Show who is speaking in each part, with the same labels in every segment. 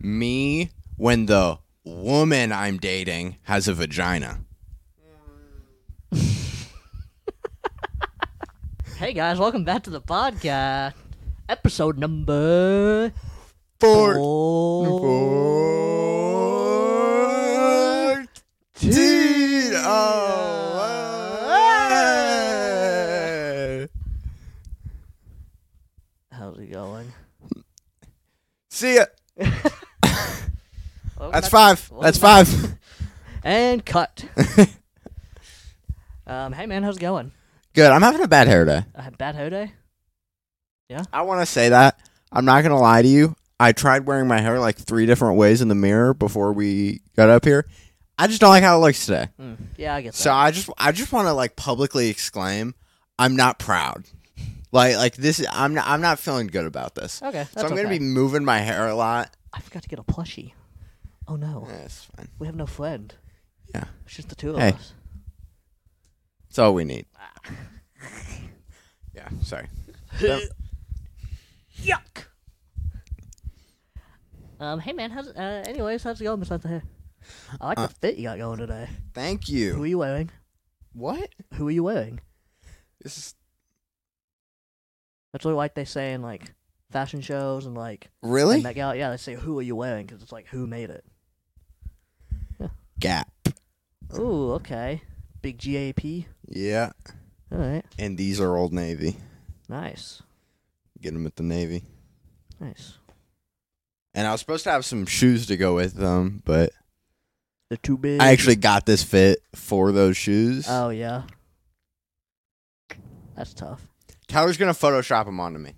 Speaker 1: me when the woman I'm dating has a vagina.
Speaker 2: Hey guys, welcome back to the podcast. Episode number
Speaker 1: Four.
Speaker 2: four.
Speaker 1: Fourteen. Oh.
Speaker 2: How's it going?
Speaker 1: See ya.
Speaker 2: Welcome
Speaker 1: That's
Speaker 2: back-
Speaker 1: five.
Speaker 2: welcome
Speaker 1: That's
Speaker 2: back-
Speaker 1: five.
Speaker 2: And cut. um, hey man, how's it going?
Speaker 1: Good. I'm having a bad hair day.
Speaker 2: Uh, bad hair day?
Speaker 1: I want to say that. I'm not going to lie to you. I tried wearing my hair like three different ways in the mirror before we got up here. I just don't like how it looks today.
Speaker 2: Mm, yeah, I get that.
Speaker 1: Hmm. So I just I just want to like publicly exclaim I'm not proud. Like like this I'm not I'm not feeling good about this.
Speaker 2: okay, that's
Speaker 1: so I'm going to
Speaker 2: okay.
Speaker 1: be moving my hair a lot.
Speaker 2: I forgot to get a plushie. Oh no,
Speaker 1: Yeah, it's fine.
Speaker 2: we have no friend.
Speaker 1: Yeah.
Speaker 2: It's just the two of
Speaker 1: Hey.
Speaker 2: us.
Speaker 1: It's all we need. Yeah, sorry. That-
Speaker 2: Yuck. Um, hey man, how's uh, anyways, how's it going besides the hair? I like
Speaker 1: Uh,
Speaker 2: the fit you got going today.
Speaker 1: Thank
Speaker 2: Who are
Speaker 1: you.
Speaker 2: you wearing?
Speaker 1: What?
Speaker 2: Who are you wearing?
Speaker 1: This is
Speaker 2: That's what like they say in like fashion shows and like
Speaker 1: really
Speaker 2: in Met Gala. Yeah, they say who are you wearing because it's like who made it.
Speaker 1: gap.
Speaker 2: Ooh, okay, big GAP.
Speaker 1: Yeah.
Speaker 2: All right,
Speaker 1: And these are old navy.
Speaker 2: nice,
Speaker 1: Get them at the navy.
Speaker 2: nice.
Speaker 1: And I was supposed to have some shoes to go with them, but
Speaker 2: They're too big.
Speaker 1: I actually got this fit for those shoes.
Speaker 2: Oh yeah. That's tough.
Speaker 1: Tyler's gonna Photoshop them onto me.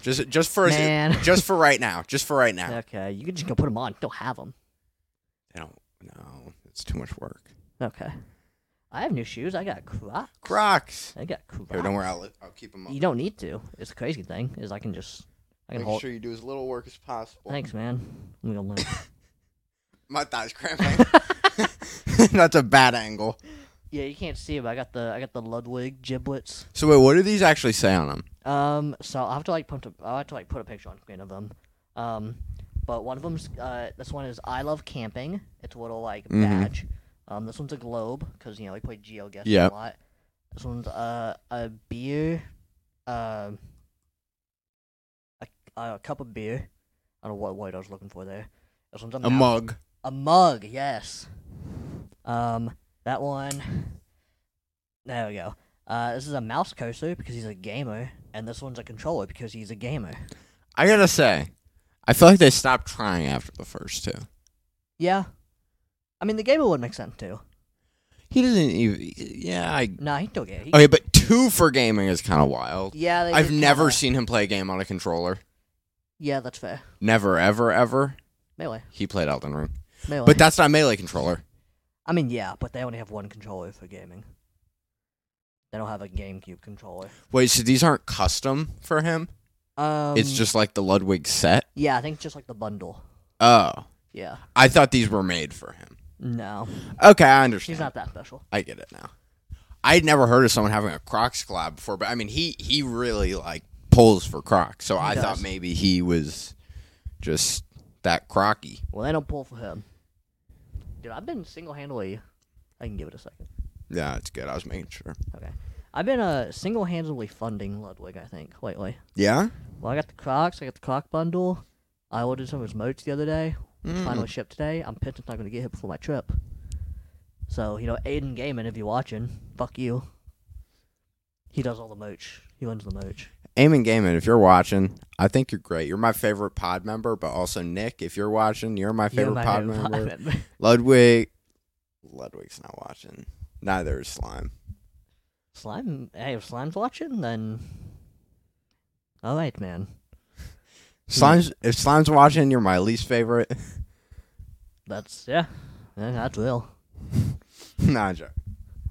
Speaker 1: Just just for
Speaker 2: Man.
Speaker 1: just for right now. Just for right now.
Speaker 2: Okay, you can just go put them on. Don't have them.
Speaker 1: I don't know. It's too much work.
Speaker 2: Okay. I have new shoes. I got Crocs.
Speaker 1: Crocs.
Speaker 2: I got Crocs.
Speaker 1: Here, don't worry. I'll, I'll keep them up.
Speaker 2: You don't need to. It's the crazy thing is I can just I can
Speaker 1: Make
Speaker 2: hold.
Speaker 1: sure you do as little work as possible.
Speaker 2: Thanks, man. I'm gonna limp.
Speaker 1: My thighs cramping. That's a bad angle.
Speaker 2: yeah, you can't see it, but I got the I got the Ludwig giblets.
Speaker 1: So wait, what do these actually say on them?
Speaker 2: Um, so I'll have to like put I will have to like put a picture on screen of them. Um, but one of them's uh this one is I love camping. It's a little like
Speaker 1: Mhm.
Speaker 2: badge. Um, this one's a globe because you know we play Geo Guess
Speaker 1: Yep.
Speaker 2: a lot. This one's uh a beer, um, a, a cup of beer. I don't know what word I was looking for there. This one's a,
Speaker 1: A
Speaker 2: map.
Speaker 1: mug.
Speaker 2: A mug, yes. Um, that one. There we go. Uh, this is a mouse cursor because he's a gamer, and this one's a controller because he's a gamer.
Speaker 1: I gotta say, I feel like they stopped trying after the first two.
Speaker 2: Yeah. I mean, the gamer would make sense too.
Speaker 1: He doesn't even. Yeah, I.
Speaker 2: Nah, he still gay. He-
Speaker 1: Okay, but two for gaming is kind of wild.
Speaker 2: yeah, they
Speaker 1: Oh, I've
Speaker 2: did
Speaker 1: never
Speaker 2: kinda-
Speaker 1: seen him play a game on a controller.
Speaker 2: Yeah, that's fair.
Speaker 1: Never, ever, ever.
Speaker 2: Melee,
Speaker 1: He played Elden Ring.
Speaker 2: melee.
Speaker 1: But that's not melee controller.
Speaker 2: I mean, yeah, but they only have one controller for gaming. They don't have a GameCube controller.
Speaker 1: Wait, so these aren't custom for him?
Speaker 2: Um,
Speaker 1: it's just like the Ludwig set?
Speaker 2: yeah, I think it's just like the bundle.
Speaker 1: Oh.
Speaker 2: Yeah.
Speaker 1: I thought these were made for him.
Speaker 2: No,
Speaker 1: Okay, I
Speaker 2: she's
Speaker 1: understand.
Speaker 2: not that special.
Speaker 1: I get it now. I had never heard of someone having a Crocs collab before, but I mean he he really like pulls for Crocs. So I
Speaker 2: does.
Speaker 1: thought maybe he was just that crocky.
Speaker 2: Well, they don't pull for him. Dude, I've been single handedly. I can give it a second.
Speaker 1: Yeah, it's good. I was making sure.
Speaker 2: Okay. I've been uh, single handedly funding Ludwig, I think, lately.
Speaker 1: Yeah?
Speaker 2: Well, I got the Crocs, I got the Croc bundle. I ordered some of his moats the other day. It's
Speaker 1: Mm.
Speaker 2: Finally shipped today. I'm pissed it's not going to get here before my trip. So, you know, Aiden Gaiman, if you're watching, fuck you. He does all the moach. He runs the moach.
Speaker 1: Aim and Gaiman, if you're watching, I think you're great. You're my favorite pod member, but also Nick, if you're watching, you're my favorite
Speaker 2: You're my
Speaker 1: pod
Speaker 2: favorite pod
Speaker 1: member.
Speaker 2: member.
Speaker 1: Ludwig. Ludwig's not watching. Neither is Slime.
Speaker 2: Slime, hey, if Slime's watching, then. Alright, man.
Speaker 1: Slime's if Slime's watching, you're my least favorite.
Speaker 2: That's, yeah. yeah that's real.
Speaker 1: nah, I'm joking.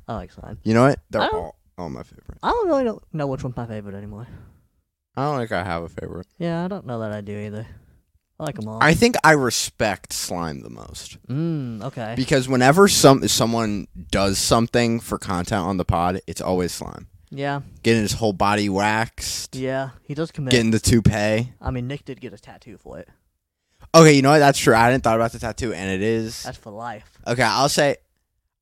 Speaker 2: I like slime.
Speaker 1: You know what? They're
Speaker 2: I don't-
Speaker 1: all all my favorite.
Speaker 2: I don't really know- know which one's my favorite anymore.
Speaker 1: I don't think I have a favorite.
Speaker 2: Yeah, I don't know that I do either. I like them all.
Speaker 1: I think I respect Slime the most
Speaker 2: Mmm, okay.
Speaker 1: because whenever some someone does something for content on the pod, it's always Slime
Speaker 2: yeah,
Speaker 1: getting his whole body waxed,
Speaker 2: yeah, he does commit.
Speaker 1: getting the toupee.
Speaker 2: I mean, Nick did get a tattoo for it.
Speaker 1: Okay, you know what? That's true. I hadn't thought about the tattoo, and it is.
Speaker 2: That's for life.
Speaker 1: Okay, I'll say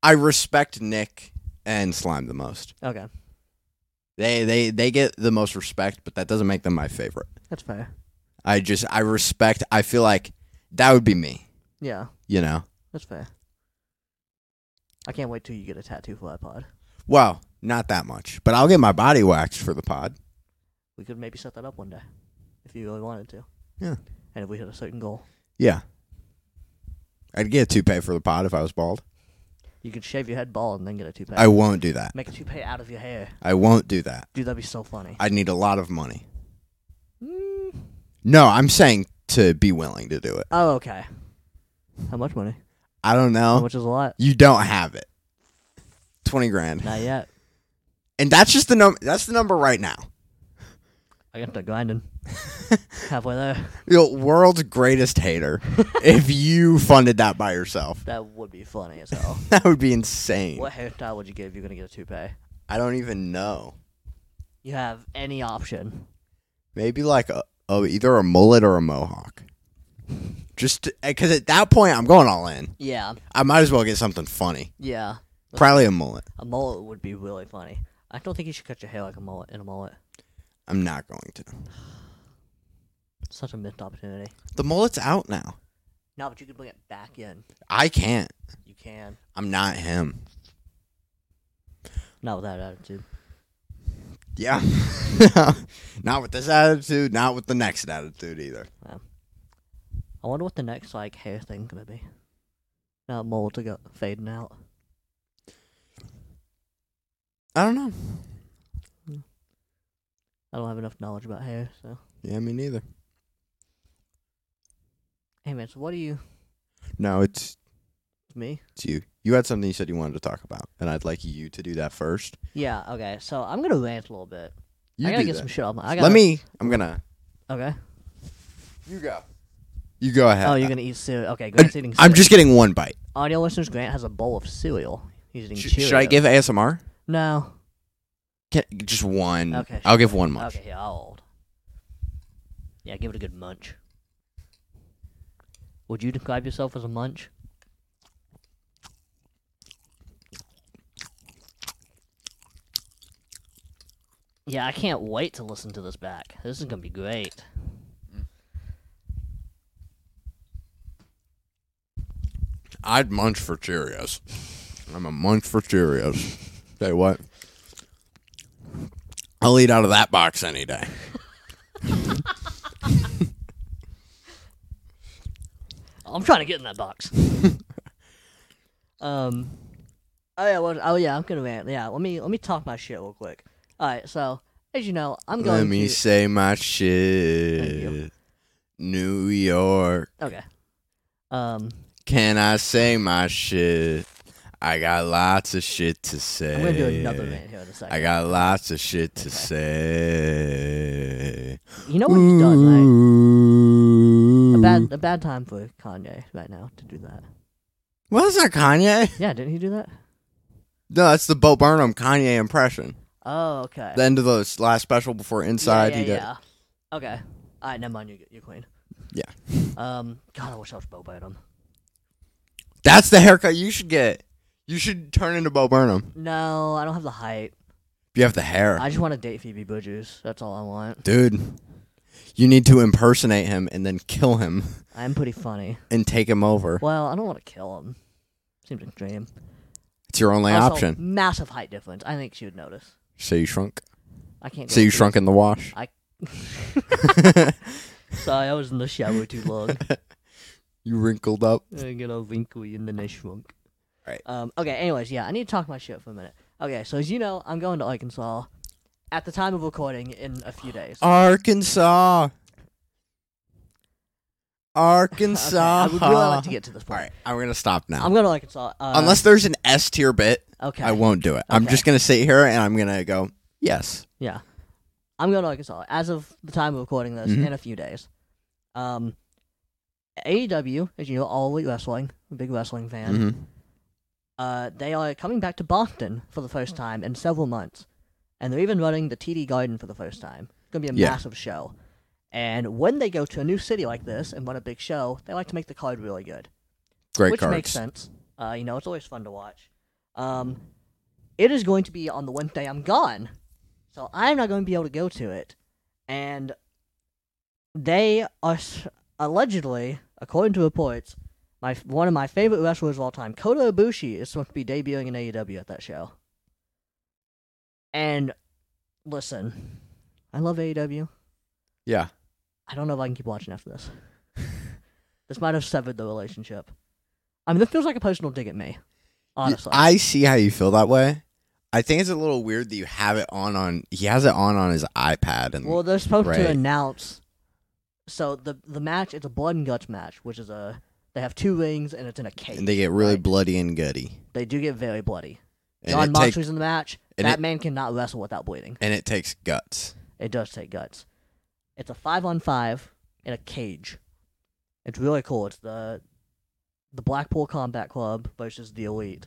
Speaker 1: I respect Nick and Slime the most.
Speaker 2: Okay,
Speaker 1: They they they get the most respect, but that doesn't make them my favorite.
Speaker 2: that's fair.
Speaker 1: I just I respect. I feel like that would be me.
Speaker 2: Yeah,
Speaker 1: You know.
Speaker 2: that's fair. I can't wait till you get a tattoo for that pod.
Speaker 1: Well, not that much, but I'll get my body waxed for the pod.
Speaker 2: We could maybe set that up one day, if you really wanted to.
Speaker 1: Yeah.
Speaker 2: And if we hit a certain goal,
Speaker 1: Yeah. I'd get a toupee for the pod if I was bald.
Speaker 2: you could shave your head bald and then get a toupee.
Speaker 1: I won't do that.
Speaker 2: Make a toupee out of your hair,
Speaker 1: I won't do that.
Speaker 2: dude. That'd be so funny.
Speaker 1: I'd need a lot of money.
Speaker 2: Mm.
Speaker 1: No, I'm saying to be willing to do it.
Speaker 2: Oh, okay. How much money?
Speaker 1: I don't
Speaker 2: How
Speaker 1: know.
Speaker 2: much is a lot?
Speaker 1: You don't have it. 20 grand.
Speaker 2: Not yet.
Speaker 1: And that's just the number that's the number right now.
Speaker 2: I gotta start grinding. Halfway there.
Speaker 1: Yo, world's greatest hater. if you funded that by yourself,
Speaker 2: That would be funny as hell.
Speaker 1: that would be insane.
Speaker 2: what hairstyle would you get if you're gonna get a toupee?
Speaker 1: I don't even know.
Speaker 2: You have any option.
Speaker 1: Maybe like a, oh, either a mullet or a mohawk. Just because at that point I'm going all in.
Speaker 2: Yeah,
Speaker 1: I might as well get something funny.
Speaker 2: yeah.
Speaker 1: Probably a mullet.
Speaker 2: A mullet would be really funny. I don't think you should cut your hair like a mullet in a mullet.
Speaker 1: I'm not going to.
Speaker 2: Such a missed opportunity.
Speaker 1: The mullet's out now.
Speaker 2: No, but you could bring it back in.
Speaker 1: I can't.
Speaker 2: You can.
Speaker 1: I'm not him.
Speaker 2: Not with that attitude.
Speaker 1: Yeah. not with this attitude, not with the next attitude either.
Speaker 2: I wonder what the next like hair thing gonna be. Now mullets are go fading out.
Speaker 1: I don't know.
Speaker 2: I don't have enough knowledge about hair, so.
Speaker 1: Yeah, me neither.
Speaker 2: Hey man, so what do you
Speaker 1: No, it's
Speaker 2: me?
Speaker 1: it's you. You had something you said you wanted to talk about, and I'd like you to do that first.
Speaker 2: Yeah, okay. So I'm gonna rant a little bit.
Speaker 1: You
Speaker 2: I gotta
Speaker 1: do
Speaker 2: get
Speaker 1: that.
Speaker 2: some shit off my. I gotta,
Speaker 1: Let me. I'm gonna.
Speaker 2: Okay.
Speaker 1: You go. You go ahead.
Speaker 2: Oh, you're gonna eat cereal. Okay, Grant's eating.
Speaker 1: I'm
Speaker 2: cere-
Speaker 1: just getting one bite.
Speaker 2: Audio listeners, Grant has a bowl of cereal. He's eating.
Speaker 1: Sh-
Speaker 2: Cheerios.
Speaker 1: should I give ASMR?
Speaker 2: No.
Speaker 1: Can, just one.
Speaker 2: Okay.
Speaker 1: I'll
Speaker 2: sure.
Speaker 1: give one munch.
Speaker 2: Okay, yeah, I'll hold. Yeah, give it a good munch. Would you describe yourself as a munch? Yeah, I can't wait to listen to this back. This is gonna be great.
Speaker 1: I'd munch for Cheerios. I'm a munch for Cheerios. Tell you what, I'll eat out of that box any day.
Speaker 2: I'm trying to get in that box. um. Oh yeah. Well, oh yeah. I'm gonna rant. Yeah. Let me let me talk my shit real quick. All right. So as you know, I'm going
Speaker 1: Let me
Speaker 2: to.
Speaker 1: say my
Speaker 2: you.
Speaker 1: shit. New York,
Speaker 2: Okay. Um.
Speaker 1: can I say my shit? I got lots of shit to say.
Speaker 2: I'm gonna do another rant here in a second.
Speaker 1: I got lots of shit to say.
Speaker 2: you know what he's done, right?
Speaker 1: Ooh.
Speaker 2: A bad a bad time for Kanye right now to do that.
Speaker 1: Well, that's not Kanye.
Speaker 2: Yeah. Didn't he do that?
Speaker 1: No, that's the Bo Burnham Kanye impression.
Speaker 2: Oh. Okay.
Speaker 1: The end of the last special before Inside,
Speaker 2: yeah,
Speaker 1: he
Speaker 2: yeah,
Speaker 1: did.
Speaker 2: yeah. Okay. All right. Never mind. You you queen.
Speaker 1: Yeah.
Speaker 2: Um. God, I wish I was Bo Burnham.
Speaker 1: That's the haircut you should get. You should turn into Bo Burnham.
Speaker 2: No, I don't have the height.
Speaker 1: You have the hair,
Speaker 2: I just want to date Phoebe Bridgers. That's all I want.
Speaker 1: dude. You need to impersonate him and then kill him
Speaker 2: I'm pretty funny.
Speaker 1: and take him over.
Speaker 2: Well, I don't want to kill him. Seems extreme.
Speaker 1: It's your only
Speaker 2: also,
Speaker 1: option.
Speaker 2: massive height difference. I think she would notice.
Speaker 1: So you shrunk.
Speaker 2: I can't.
Speaker 1: So
Speaker 2: go
Speaker 1: you
Speaker 2: through-
Speaker 1: shrunk in the wash.
Speaker 2: Sorry, I was in the shower too long.
Speaker 1: You wrinkled up.
Speaker 2: I get all wrinkly and then I shrunk.
Speaker 1: Right.
Speaker 2: Um. Okay. Anyways, yeah, I need to talk my shit for a minute. Okay. So as you know, I'm going to Arkansas at the time of recording in a few days.
Speaker 1: Arkansas.
Speaker 2: Okay,
Speaker 1: Arkansas.
Speaker 2: I would really like to get to this
Speaker 1: All
Speaker 2: point.
Speaker 1: right, I'm gonna stop now.
Speaker 2: I'm going to Arkansas. Uh,
Speaker 1: Unless there's an S tier bit,
Speaker 2: okay.
Speaker 1: I won't do it. I'm
Speaker 2: Okay.
Speaker 1: just gonna sit here and I'm gonna go. Yes.
Speaker 2: Yeah. I'm going to Arkansas as of the time of recording this
Speaker 1: Mhm.
Speaker 2: in a few days. Um, AEW, as you know, All Elite Wrestling, a big wrestling fan,
Speaker 1: hmm
Speaker 2: uh, they are coming back to Boston for the first time in several months. And they're even running the TD Garden for the first time. It's going to be a
Speaker 1: Yeah.
Speaker 2: massive show. And when they go to a new city like this and run a big show, they like to make the card really good,
Speaker 1: Great
Speaker 2: which
Speaker 1: cards.
Speaker 2: makes sense. Uh, you know, it's always fun to watch. Um, it is going to be on the Wednesday I'm gone, so I'm not going to be able to go to it. And they are s- allegedly, according to reports, my f- one of my favorite wrestlers of all time, Kota Ibushi, is supposed to be debuting in AEW at that show. And listen, I love E AEW.
Speaker 1: Yeah.
Speaker 2: I don't know if I can keep watching after this. this might have severed the relationship. I mean, this feels like a personal dig at
Speaker 1: Y-
Speaker 2: me. Honestly,
Speaker 1: I see how you feel that way. I think it's a little weird that you have it on on he has it on on his iPad and
Speaker 2: well, they're supposed
Speaker 1: Right.
Speaker 2: to announce. So the the match it's a blood and guts match, which is a they have two rings and it's in a cage.
Speaker 1: and they get really
Speaker 2: right?
Speaker 1: bloody and gutty.
Speaker 2: they do get very bloody.
Speaker 1: And
Speaker 2: John
Speaker 1: it take-
Speaker 2: Moxley's in the match.
Speaker 1: and
Speaker 2: That
Speaker 1: it-
Speaker 2: man cannot wrestle without bleeding.
Speaker 1: and it takes guts.
Speaker 2: It does take guts. It's a five on five in a cage. It's really cool. It's the the Blackpool Combat Club versus the Elite,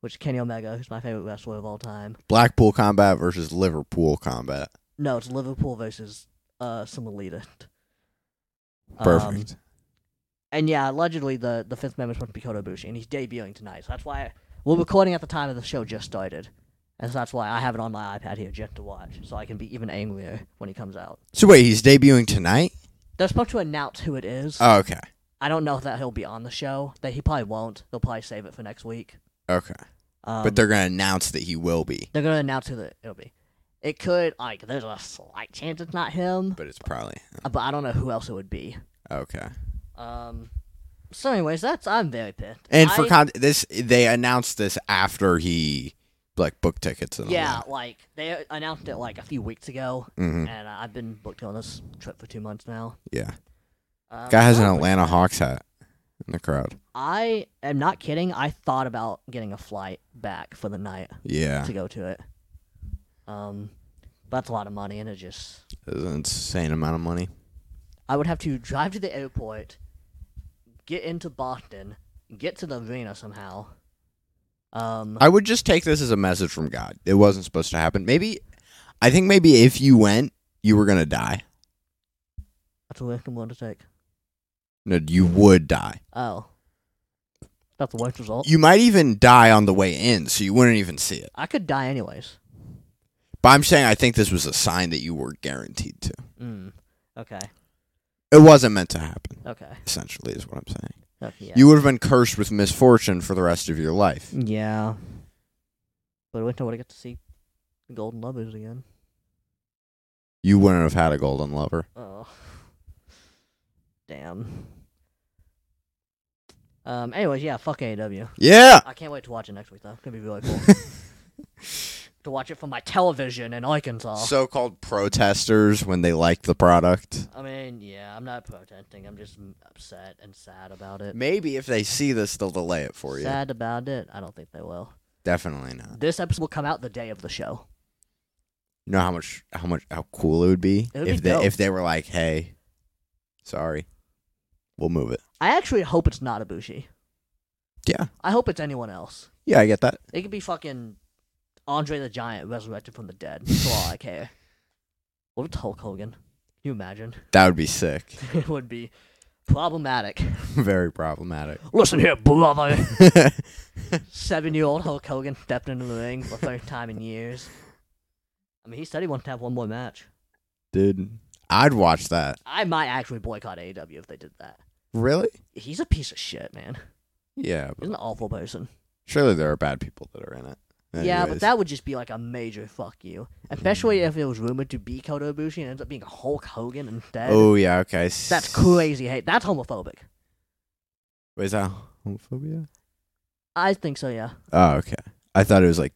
Speaker 2: which Kenny Omega, who's my favorite wrestler of all time.
Speaker 1: Blackpool combat versus Liverpool combat.
Speaker 2: No, it's Liverpool versus uh some elite. Um,
Speaker 1: Perfect.
Speaker 2: and yeah, allegedly the the fifth member is supposed to be Kota Ibushi, and he's debuting tonight. So that's why we're recording at the time of the show just started, and so that's why I have it on my iPad here just to watch, so I can be even angrier when he comes out.
Speaker 1: so wait, he's debuting tonight?
Speaker 2: They're supposed to announce who it is.
Speaker 1: Oh, okay.
Speaker 2: I don't know if that he'll be on the show. That he probably won't. They'll probably save it for next week.
Speaker 1: Okay.
Speaker 2: Um,
Speaker 1: but they're going to announce that he will be.
Speaker 2: they're gonna announce who the, it'll be. It could like there's a slight chance it's not him,
Speaker 1: But it's probably
Speaker 2: uh, but I don't know who else it would be.
Speaker 1: okay.
Speaker 2: Um. So, anyways, that's I'm very pissed.
Speaker 1: And
Speaker 2: I-
Speaker 1: for con- this they announced this after he like booked tickets and all
Speaker 2: yeah,
Speaker 1: that.
Speaker 2: like they announced it like a few weeks ago,
Speaker 1: Mhm.
Speaker 2: and I've been booked on this trip for two months now.
Speaker 1: Yeah.
Speaker 2: Um,
Speaker 1: Guy has an
Speaker 2: so-
Speaker 1: Atlanta Hawks hat in the crowd.
Speaker 2: I am not kidding. I thought about getting a flight back for the night
Speaker 1: Yeah.
Speaker 2: to go to it. Um, but that's a lot of money, and it just
Speaker 1: It's an insane amount of money.
Speaker 2: I would have to drive to the airport, get into Boston, get to the arena somehow. Um,
Speaker 1: I would just take this as a message from God. It wasn't supposed to happen. Maybe, I think maybe if you went, you were gonna die.
Speaker 2: that's a risk I'm willing to take.
Speaker 1: No, you would die.
Speaker 2: Oh, that's the worst result.
Speaker 1: You might even die on the way in, so you wouldn't even see it.
Speaker 2: I could die anyways.
Speaker 1: But I'm saying I think this was a sign that you were guaranteed to.
Speaker 2: Mm. Okay.
Speaker 1: It wasn't meant to happen.
Speaker 2: Okay.
Speaker 1: Essentially, is what I'm saying.
Speaker 2: Okay. Yeah.
Speaker 1: You would have been cursed with misfortune for the rest of your life.
Speaker 2: yeah. But I wish I would have got to see the Golden Lovers again.
Speaker 1: You wouldn't have had a golden lover.
Speaker 2: Oh. Damn. Um. Anyways, yeah. Fuck AW.
Speaker 1: Yeah.
Speaker 2: I can't wait to watch it next week though. It's gonna be really cool to watch it from my television in Arkansas.
Speaker 1: So-called protesters when they like the product.
Speaker 2: I mean, yeah. I'm not protesting. I'm just m- upset and sad about it.
Speaker 1: Maybe if they see this, they'll delay it for you.
Speaker 2: Sad about it. I don't think they will.
Speaker 1: Definitely not.
Speaker 2: This episode will come out the day of the show.
Speaker 1: You know how much how much how cool it would be
Speaker 2: It would
Speaker 1: if
Speaker 2: be
Speaker 1: they
Speaker 2: dope.
Speaker 1: if they were like, "Hey, sorry, we'll move it."
Speaker 2: I actually hope it's not Ibushi.
Speaker 1: Yeah,
Speaker 2: I hope it's anyone else.
Speaker 1: yeah, I get that.
Speaker 2: It could be fucking Andre the Giant resurrected from the dead. That's all I care. What if it's Hulk Hogan? Can you imagine?
Speaker 1: That would be sick.
Speaker 2: it would be problematic.
Speaker 1: Very problematic.
Speaker 2: Listen here, brother.
Speaker 1: That'd
Speaker 2: Seven year old Hulk Hogan stepped into the ring for the first time in years. I mean, he said he wanted to have one more match.
Speaker 1: Dude, I'd watch that.
Speaker 2: I might actually boycott AEW if they did that.
Speaker 1: Really?
Speaker 2: He's a piece of shit, man.
Speaker 1: Yeah.
Speaker 2: He's
Speaker 1: But
Speaker 2: an awful person.
Speaker 1: surely there are bad people that are in it.
Speaker 2: Yeah, but
Speaker 1: Anyways.
Speaker 2: that would just be like a major fuck you. Especially if it was rumored to be Kota Ibushi and ends up being Hulk Hogan instead.
Speaker 1: Oh yeah. Okay.
Speaker 2: That's crazy hate. That's homophobic.
Speaker 1: Is that homophobia?
Speaker 2: I think so, yeah.
Speaker 1: Oh, okay. I thought it was like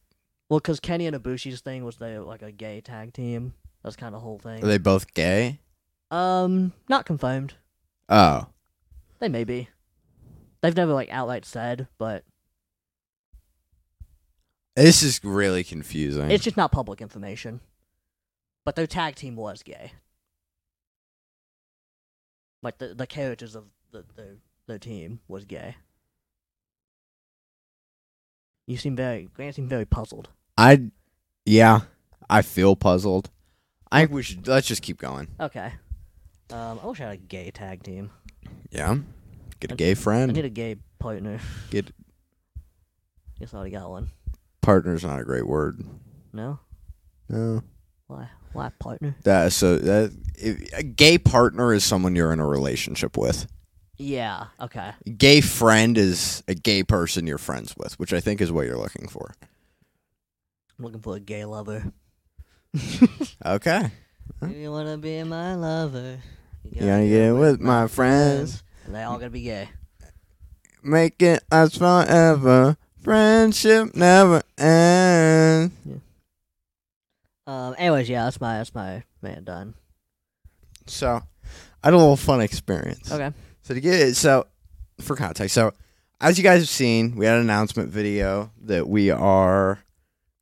Speaker 2: Well, because Kenny and Ibushi's thing was they were like a gay tag team. That's kind of whole
Speaker 1: are
Speaker 2: thing.
Speaker 1: they both gay?
Speaker 2: Um, not confirmed.
Speaker 1: Oh,
Speaker 2: They may be. They've never like outright said, but
Speaker 1: this is really confusing.
Speaker 2: it's just not public information. But their tag team was gay. Like the the characters of the their their team was gay. You seem very Grant seemed very puzzled.
Speaker 1: I, yeah, I feel puzzled. I think we should let's just keep going.
Speaker 2: Okay. Um, I wish I had a gay tag team.
Speaker 1: Yeah. Get a
Speaker 2: I-
Speaker 1: gay
Speaker 2: I
Speaker 1: friend.
Speaker 2: need a gay partner.
Speaker 1: Get-
Speaker 2: Guess I already got one.
Speaker 1: Partner's not a great word.
Speaker 2: No,
Speaker 1: No.
Speaker 2: why? Why partner?
Speaker 1: That so that if, a gay partner is someone you're in a relationship with.
Speaker 2: Yeah. Okay.
Speaker 1: Gay friend is a gay person you're friends with, which I think is what you're looking for.
Speaker 2: I'm looking for a gay lover.
Speaker 1: Okay.
Speaker 2: Do you wanna be my lover?
Speaker 1: You gotta get it with my friends.
Speaker 2: And They all gotta be gay.
Speaker 1: Make it last forever. Friendship never ends.
Speaker 2: Um. Anyways, yeah, that's my that's my man done.
Speaker 1: So, I had a little fun experience.
Speaker 2: Okay.
Speaker 1: So to get it, so for context, so as you guys have seen, we had an announcement video that we are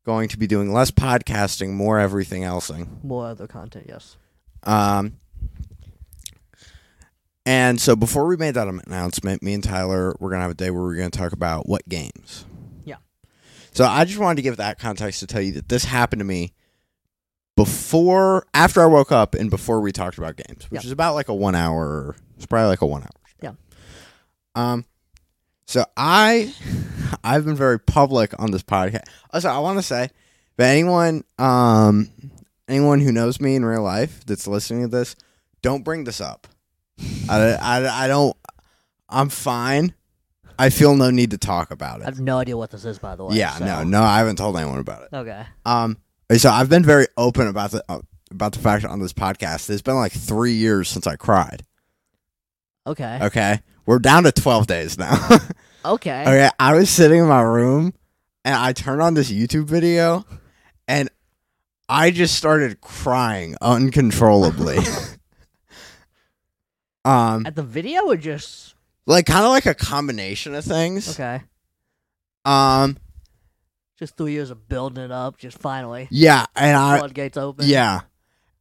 Speaker 1: going to be doing less podcasting, more everything elseing.
Speaker 2: More other content. Yes.
Speaker 1: Um, and so before we made that announcement, me and Tyler we're gonna have a day where we're gonna talk about what games.
Speaker 2: Yeah.
Speaker 1: So I just wanted to give that context to tell you that this happened to me before, after I woke up, and before we talked about games, which
Speaker 2: Yeah.
Speaker 1: is about like a one hour. It's probably like a one hour.
Speaker 2: Yeah.
Speaker 1: Um. So I, I've been very public on this podcast. Also, I want to say, if anyone, um, anyone who knows me in real life that's listening to this, don't bring this up. I, I, I don't. I'm fine. I feel no need to talk about
Speaker 2: I
Speaker 1: it.
Speaker 2: have no idea what this is, by the way.
Speaker 1: yeah,
Speaker 2: so-
Speaker 1: no, no, I haven't told anyone about it.
Speaker 2: Okay.
Speaker 1: Um, so I've been very open about the uh, about the fact on this podcast. It's been like three years since I cried.
Speaker 2: Okay.
Speaker 1: Okay, we're down to twelve days now.
Speaker 2: Okay.
Speaker 1: Uh, okay, I was sitting in my room and I turned on this YouTube video, and I just started crying uncontrollably. um,
Speaker 2: At the video or just
Speaker 1: like kind of like a combination of things.
Speaker 2: okay?
Speaker 1: Um,
Speaker 2: Just three years of building it up. Just finally,
Speaker 1: yeah, and I
Speaker 2: floodgates open.
Speaker 1: yeah,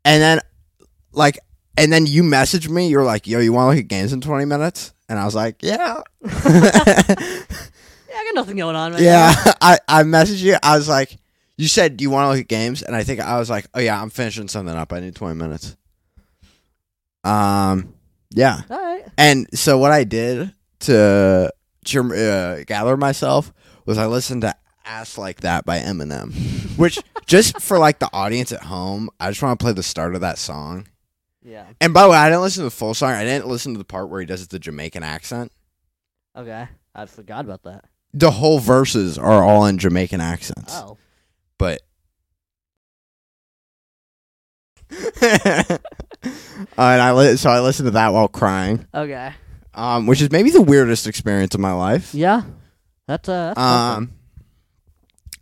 Speaker 1: and then like and then you messaged me. You're like, "Yo, you want to look at games in 20 minutes?" And I was like, "Yeah."
Speaker 2: Yeah, I got nothing going on. Right
Speaker 1: yeah, I I messaged you. I was like, "You said do you want to look at games?" And I think I was like, "Oh yeah, I'm finishing something up. I need 20 minutes." Um, yeah.
Speaker 2: All right.
Speaker 1: And so what I did to, to uh, gather myself was I listened to "Ass Like That" by Eminem, which just for like the audience at home, I just want to play the start of that song.
Speaker 2: Yeah.
Speaker 1: And by the way, I didn't listen to the full song. I didn't listen to the part where he does the Jamaican accent.
Speaker 2: Okay. I forgot about that.
Speaker 1: The whole verses are all in Jamaican accents,
Speaker 2: Oh.
Speaker 1: but. and I li- so I listened to that while crying,
Speaker 2: Okay.
Speaker 1: um, which is maybe the weirdest experience of my life.
Speaker 2: Yeah. That's uh. That's
Speaker 1: Um,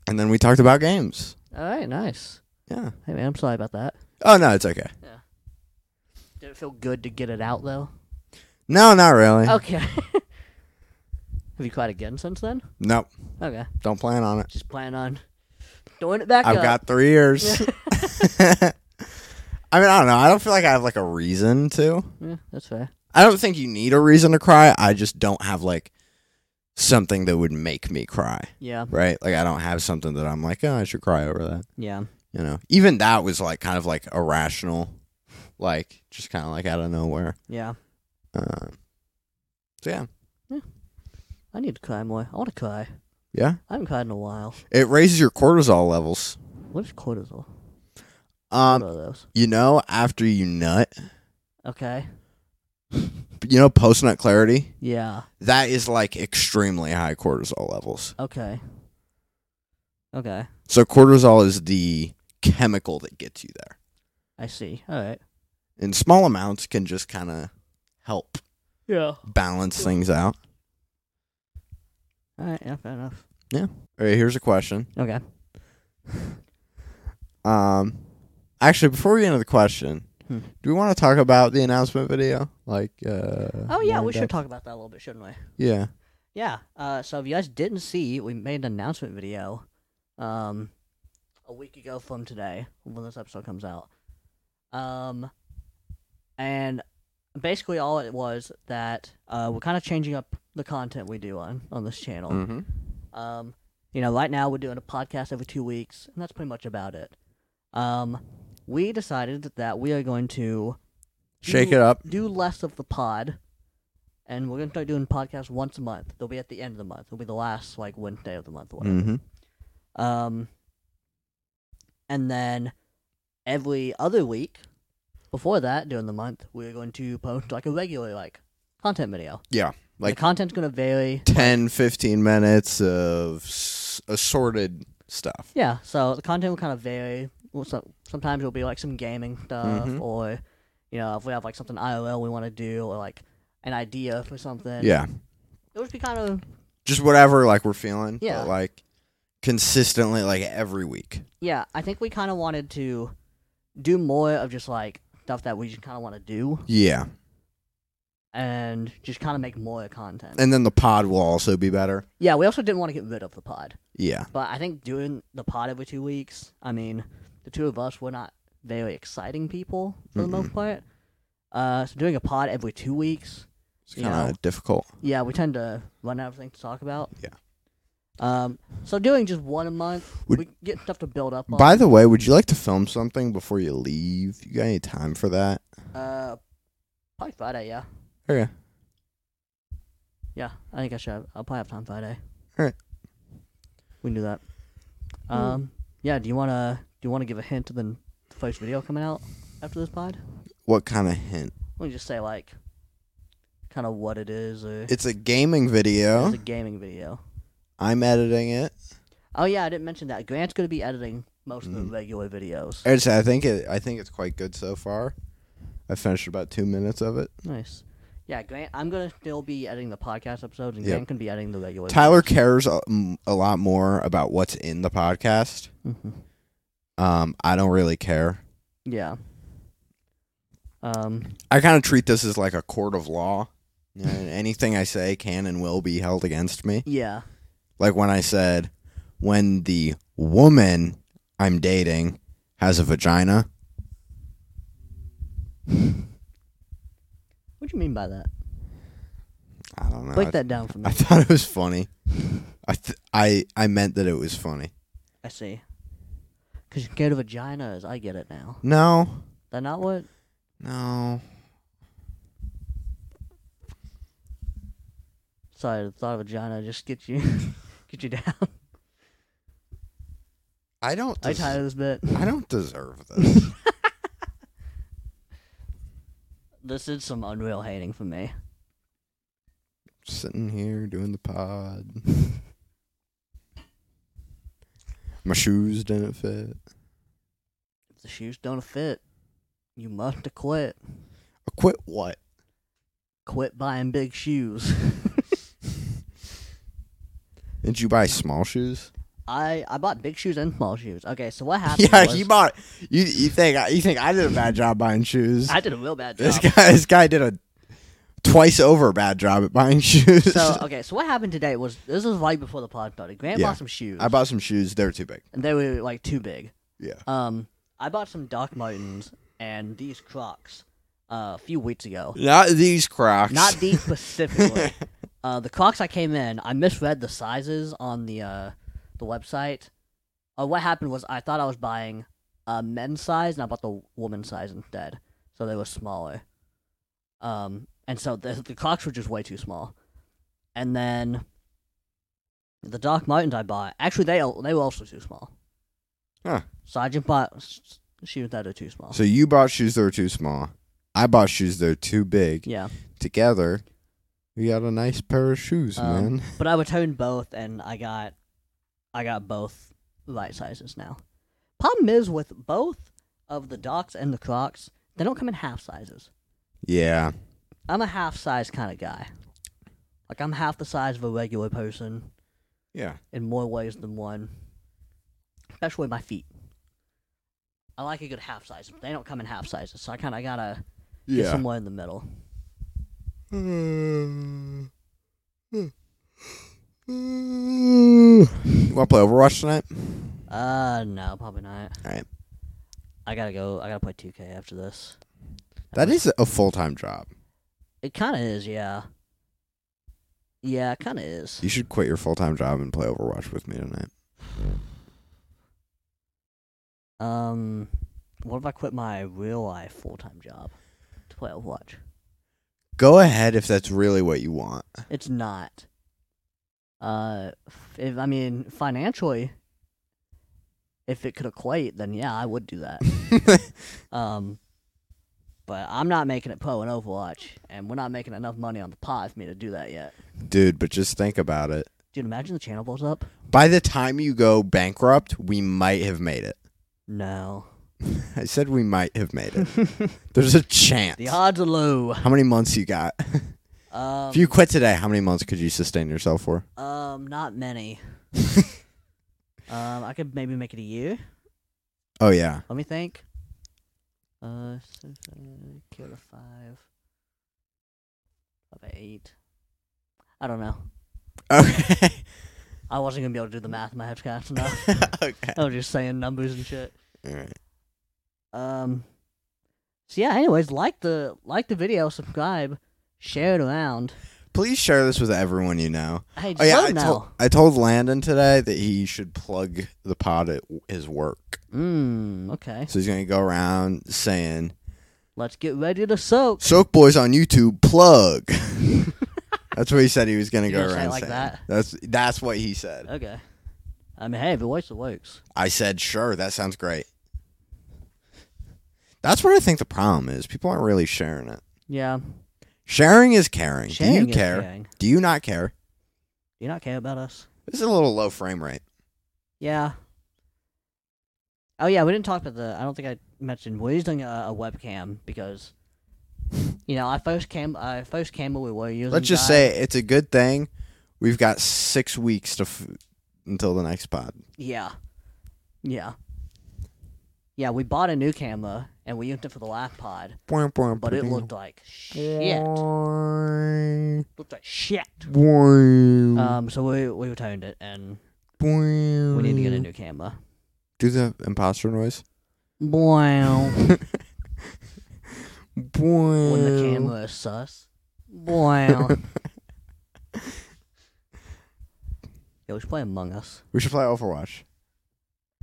Speaker 1: and then we talked about games.
Speaker 2: All right. Nice.
Speaker 1: Yeah.
Speaker 2: Hey man, I'm sorry about that.
Speaker 1: Oh no, it's okay.
Speaker 2: Did it feel good to get it out though?
Speaker 1: No, not really.
Speaker 2: Okay. Have you cried again since then?
Speaker 1: Nope.
Speaker 2: Okay.
Speaker 1: Don't plan on it.
Speaker 2: Just plan on doing it back
Speaker 1: I've
Speaker 2: up.
Speaker 1: got three years. I mean, I don't know. I don't feel like I have like a reason to.
Speaker 2: yeah, that's fair.
Speaker 1: I don't think you need a reason to cry. I just don't have like something that would make me cry.
Speaker 2: Yeah.
Speaker 1: Right? Like I don't have something that I'm like, oh, I should cry over that.
Speaker 2: Yeah.
Speaker 1: You know. Even that was like kind of like irrational, like just kind of like out of nowhere.
Speaker 2: Yeah.
Speaker 1: Uh, so yeah,
Speaker 2: I need to cry more. I want to cry.
Speaker 1: yeah.
Speaker 2: I haven't cried in a while.
Speaker 1: It raises your cortisol levels.
Speaker 2: What is cortisol?
Speaker 1: Um,
Speaker 2: what are those?
Speaker 1: you know, after you nut,
Speaker 2: Okay.
Speaker 1: you know, post nut clarity,
Speaker 2: Yeah.
Speaker 1: that is like extremely high cortisol levels.
Speaker 2: Okay. Okay.
Speaker 1: So cortisol is the chemical that gets you there.
Speaker 2: I see. All right.
Speaker 1: In small amounts, can just kind of help
Speaker 2: Yeah.
Speaker 1: balance things out.
Speaker 2: All right. Yeah. Fair enough.
Speaker 1: All right, here's a question.
Speaker 2: Okay.
Speaker 1: Um, actually, before we get into the question,
Speaker 2: Hmm.
Speaker 1: do we want to talk about the announcement video? Like, uh,
Speaker 2: Oh yeah,
Speaker 1: more
Speaker 2: we
Speaker 1: in
Speaker 2: should
Speaker 1: depth?
Speaker 2: talk about that a little bit, shouldn't we?
Speaker 1: Yeah,
Speaker 2: Yeah. Uh, so if you guys didn't see, we made an announcement video, um, a week ago from today when this episode comes out. Um, and basically all it was that uh, we're kind of changing up the content we do on on this channel.
Speaker 1: mm-hmm.
Speaker 2: Um, you know, right now we're doing a podcast every two weeks, and that's pretty much about it. Um, we decided that we are going to
Speaker 1: Shake it up.
Speaker 2: do less of the pod, and we're gonna start doing podcasts once a month. They'll be at the end of the month. It'll be the last like Wednesday of the month. Or whatever.
Speaker 1: Mm-hmm.
Speaker 2: Um, and then every other week, before that, during the month, we're going to post like a regular like content video.
Speaker 1: Yeah, like-
Speaker 2: the content's gonna vary.
Speaker 1: 10, 15 minutes of s- assorted stuff.
Speaker 2: Yeah, so the content will kind of vary. Well, So sometimes it'll be like some gaming stuff,
Speaker 1: Mhm.
Speaker 2: or you know, if we have like something IRL we want to do, or like an idea for something.
Speaker 1: Yeah,
Speaker 2: it'll just be kind of
Speaker 1: just whatever like we're feeling.
Speaker 2: Yeah.
Speaker 1: but, like consistently, like every week.
Speaker 2: yeah. I think we kind of wanted to do more of just like stuff that we just kind of want to do,
Speaker 1: Yeah,
Speaker 2: and just kind of make more content.
Speaker 1: and then the pod will also be better.
Speaker 2: Yeah, we also didn't want to get rid of the pod,
Speaker 1: Yeah,
Speaker 2: but I think doing the pod every two weeks. I mean, the two of us were not very exciting people for the most part. Uh, so doing a pod every two weeks,
Speaker 1: it's
Speaker 2: You
Speaker 1: kind of
Speaker 2: know.
Speaker 1: difficult.
Speaker 2: yeah, we tend to run out of things to talk about.
Speaker 1: Yeah.
Speaker 2: Um, so doing just one a month,
Speaker 1: Would-
Speaker 2: we get stuff to build up on.
Speaker 1: By the way, would you like to film something before you leave? You got any time for that?
Speaker 2: uh, probably Friday, Oh, yeah,
Speaker 1: Okay.
Speaker 2: yeah. I think I should. Have, I'll probably have time Friday.
Speaker 1: Alright.
Speaker 2: We can do that. Um, yeah. Do you wanna do you wanna give a hint to the first video coming out after this pod?
Speaker 1: What kind of hint?
Speaker 2: Let me just say like, kind of what it is, or
Speaker 1: It's a gaming
Speaker 2: it's
Speaker 1: video.
Speaker 2: a gaming video.
Speaker 1: I'm editing it.
Speaker 2: Oh yeah, I didn't mention that. Grant's gonna be editing most
Speaker 1: Mm.
Speaker 2: of the regular videos.
Speaker 1: It's, I think it. I think it's quite good so far. I finished about two minutes of it.
Speaker 2: Nice. Yeah, Grant, I'm gonna still be editing the podcast episodes, and
Speaker 1: Yep.
Speaker 2: Grant can be editing the regular.
Speaker 1: Tyler cares a, m- a lot more about what's in the podcast.
Speaker 2: Mm-hmm.
Speaker 1: Um, I don't really care.
Speaker 2: Yeah. Um.
Speaker 1: I kind of treat this as like a court of law. And anything I say can and will be held against me.
Speaker 2: Yeah.
Speaker 1: Like when I said, when the woman I'm dating has a vagina,
Speaker 2: What do you mean by that?
Speaker 1: I don't know.
Speaker 2: Break
Speaker 1: I-
Speaker 2: that down for me.
Speaker 1: I thought it was funny. I th- I I meant that it was funny.
Speaker 2: I see. Cause you go to vaginas. I get it now.
Speaker 1: No,
Speaker 2: That not what?
Speaker 1: no.
Speaker 2: Sorry, the thought of vagina just gets you, get you down.
Speaker 1: I don't.
Speaker 2: Are you
Speaker 1: Des-
Speaker 2: tired of this bit?
Speaker 1: I don't deserve this.
Speaker 2: This is some unreal hating for me.
Speaker 1: Sitting here doing the pod. My shoes didn't fit.
Speaker 2: If the shoes don't fit, you must quit.
Speaker 1: I quit what?
Speaker 2: Quit buying big shoes.
Speaker 1: Did you buy small shoes?
Speaker 2: I I bought big shoes and small shoes. Okay, so what happened?
Speaker 1: Yeah,
Speaker 2: was-
Speaker 1: he bought. You you think I- you think I did a bad job buying shoes?
Speaker 2: I did a real bad
Speaker 1: this
Speaker 2: job.
Speaker 1: guy this guy did a twice over bad job at buying shoes.
Speaker 2: so okay, so what happened today was this was right before the pod started. Grant
Speaker 1: Yeah.
Speaker 2: bought some shoes,
Speaker 1: I bought some shoes. They're too big.
Speaker 2: and they were like too big.
Speaker 1: Yeah.
Speaker 2: Um, I bought some Doc Martens and these Crocs uh, a few weeks ago.
Speaker 1: Not these Crocs.
Speaker 2: Not these specifically. uh, the Crocs I came in, I misread the sizes on the uh, the website. Uh, what happened was I thought I was buying a men's size, and I bought the woman's size instead, so they were smaller. Um, and so the the Crocs were just way too small. And then the Doc Martens I bought, actually they al- they were also too small.
Speaker 1: Huh.
Speaker 2: So I just bought s- shoes that are too small.
Speaker 1: So you bought shoes that were too small. I bought shoes that are too big.
Speaker 2: yeah.
Speaker 1: Together, we got a nice pair of shoes,
Speaker 2: Um,
Speaker 1: man.
Speaker 2: But I returned both, and I got, I got both right sizes now. Problem is with both of the Docs and the Crocs, they don't come in half sizes.
Speaker 1: Yeah.
Speaker 2: I'm a half size kind of guy. Like I'm half the size of a regular person
Speaker 1: Yeah.
Speaker 2: in more ways than one. Especially with my feet. I like a good half size. They don't come in half sizes, so I kind of gotta get
Speaker 1: Yeah.
Speaker 2: somewhere in the middle.
Speaker 1: You want to play Overwatch tonight?
Speaker 2: Uh, no, probably not.
Speaker 1: All right.
Speaker 2: I gotta go. I gotta play 2K after this.
Speaker 1: That is a full time job.
Speaker 2: It kind of is, yeah. Yeah, it kind of is.
Speaker 1: You should quit your full time job and play Overwatch with me tonight.
Speaker 2: Um, what if I quit my real life full time job? twelve watch.
Speaker 1: Go ahead if that's really what you want.
Speaker 2: It's not. Uh, if I mean financially, if it could equate, then yeah, I would do that. Um, but I'm not making it pro in Overwatch, and we're not making enough money on the pod for me to do that yet.
Speaker 1: Dude, but just think about it.
Speaker 2: Dude, imagine the channel blows up.
Speaker 1: By the time you go bankrupt, we might have made it.
Speaker 2: No,
Speaker 1: I said we might have made it.
Speaker 2: the
Speaker 1: There's a chance.
Speaker 2: odds are low.
Speaker 1: How many months you got?
Speaker 2: Um,
Speaker 1: if you quit today, how many months could you sustain yourself for?
Speaker 2: um, not many. um, I could maybe make it a year.
Speaker 1: Oh yeah.
Speaker 2: Let me think. Uh, six, seven, eight, kill the five. Five, eight. I don't know.
Speaker 1: Okay.
Speaker 2: I wasn't gonna be able to do the math in my head fast enough.
Speaker 1: okay.
Speaker 2: I was just saying numbers and shit.
Speaker 1: All right.
Speaker 2: Um. So yeah. Anyways, like the like the video, subscribe, share it around.
Speaker 1: Please share this with everyone you know.
Speaker 2: Hey, just
Speaker 1: Oh yeah,
Speaker 2: let
Speaker 1: I,
Speaker 2: 'em
Speaker 1: told I told Landon today that he should plug the pod at w- his work.
Speaker 2: know. Mm, okay.
Speaker 1: So he's gonna go around saying,
Speaker 2: Let's get ready to soak.
Speaker 1: "Soak boys on YouTube, plug." that's what he said he was gonna
Speaker 2: You
Speaker 1: go
Speaker 2: gonna say it
Speaker 1: around
Speaker 2: like
Speaker 1: saying.
Speaker 2: that?
Speaker 1: That's that's what he said.
Speaker 2: Okay. I mean, hey, if it works, it works.
Speaker 1: I said, sure, that sounds great. That's what I think the problem is. People aren't really sharing it.
Speaker 2: Yeah.
Speaker 1: Sharing is caring. Do
Speaker 2: Sharing
Speaker 1: you
Speaker 2: is
Speaker 1: care?
Speaker 2: caring. Do
Speaker 1: Do you not care?
Speaker 2: you not care about us?
Speaker 1: This is a little low frame rate.
Speaker 2: Yeah. Oh yeah, we didn't talk about the. I don't think I mentioned we're using a, a webcam because, you know, our first cam, our first camera we were using.
Speaker 1: Let's just
Speaker 2: died.
Speaker 1: say it's a good thing. We've got six weeks to f- until the next pod.
Speaker 2: Yeah. Yeah. Yeah, we bought a new camera and we used it for the lap pod, but it looked like shit. Looked like shit. Um, so we we returned it and we need to get a new camera.
Speaker 1: Do the imposter noise.
Speaker 2: Wow. when the
Speaker 1: Boing.
Speaker 2: camera is sus. Wow. yeah, we should play Among Us. Uh,
Speaker 1: We should play Overwatch.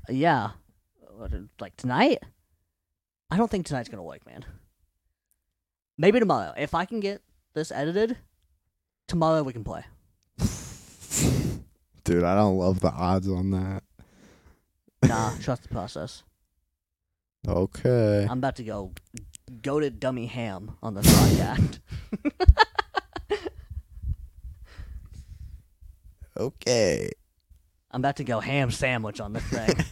Speaker 2: Yeah. What, uh, Like tonight? I don't think tonight's gonna work, man. Maybe tomorrow. If I can get this edited, tomorrow we can play.
Speaker 1: Dude, I don't love the odds on that.
Speaker 2: Nah, trust the process.
Speaker 1: Okay.
Speaker 2: I'm about to go go to dummy ham on this podcast.
Speaker 1: Okay.
Speaker 2: I'm about to go ham sandwich on this thing.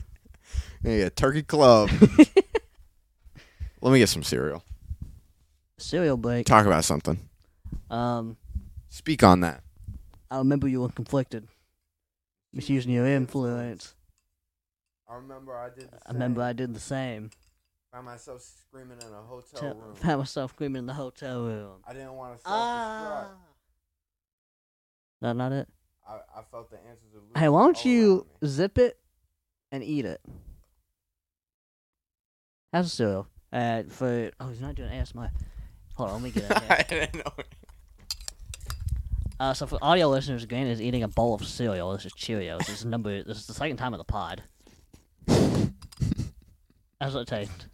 Speaker 1: Yeah, Turkey Club. Let me get some cereal.
Speaker 2: Cereal break.
Speaker 1: Talk about something.
Speaker 2: Um,
Speaker 1: Speak on that.
Speaker 2: I remember you were conflicted. Misusing your influence.
Speaker 1: I remember I did.
Speaker 2: I remember I did the same.
Speaker 1: found myself screaming in a hotel
Speaker 2: T- found myself screaming in the hotel room.
Speaker 1: I didn't want to
Speaker 2: Ah. No, not it.
Speaker 1: I, I felt the answers of.
Speaker 2: Hey, why don't you zip it and eat it? How's the cereal? Uh, for oh, he's not doing ASMR. Hold on, let me get it.
Speaker 1: I didn't know.
Speaker 2: uh, so for audio listeners, Grant is eating a bowl of cereal. This is Cheerios. This is number. This is the second time of the pod. That's what it tastes.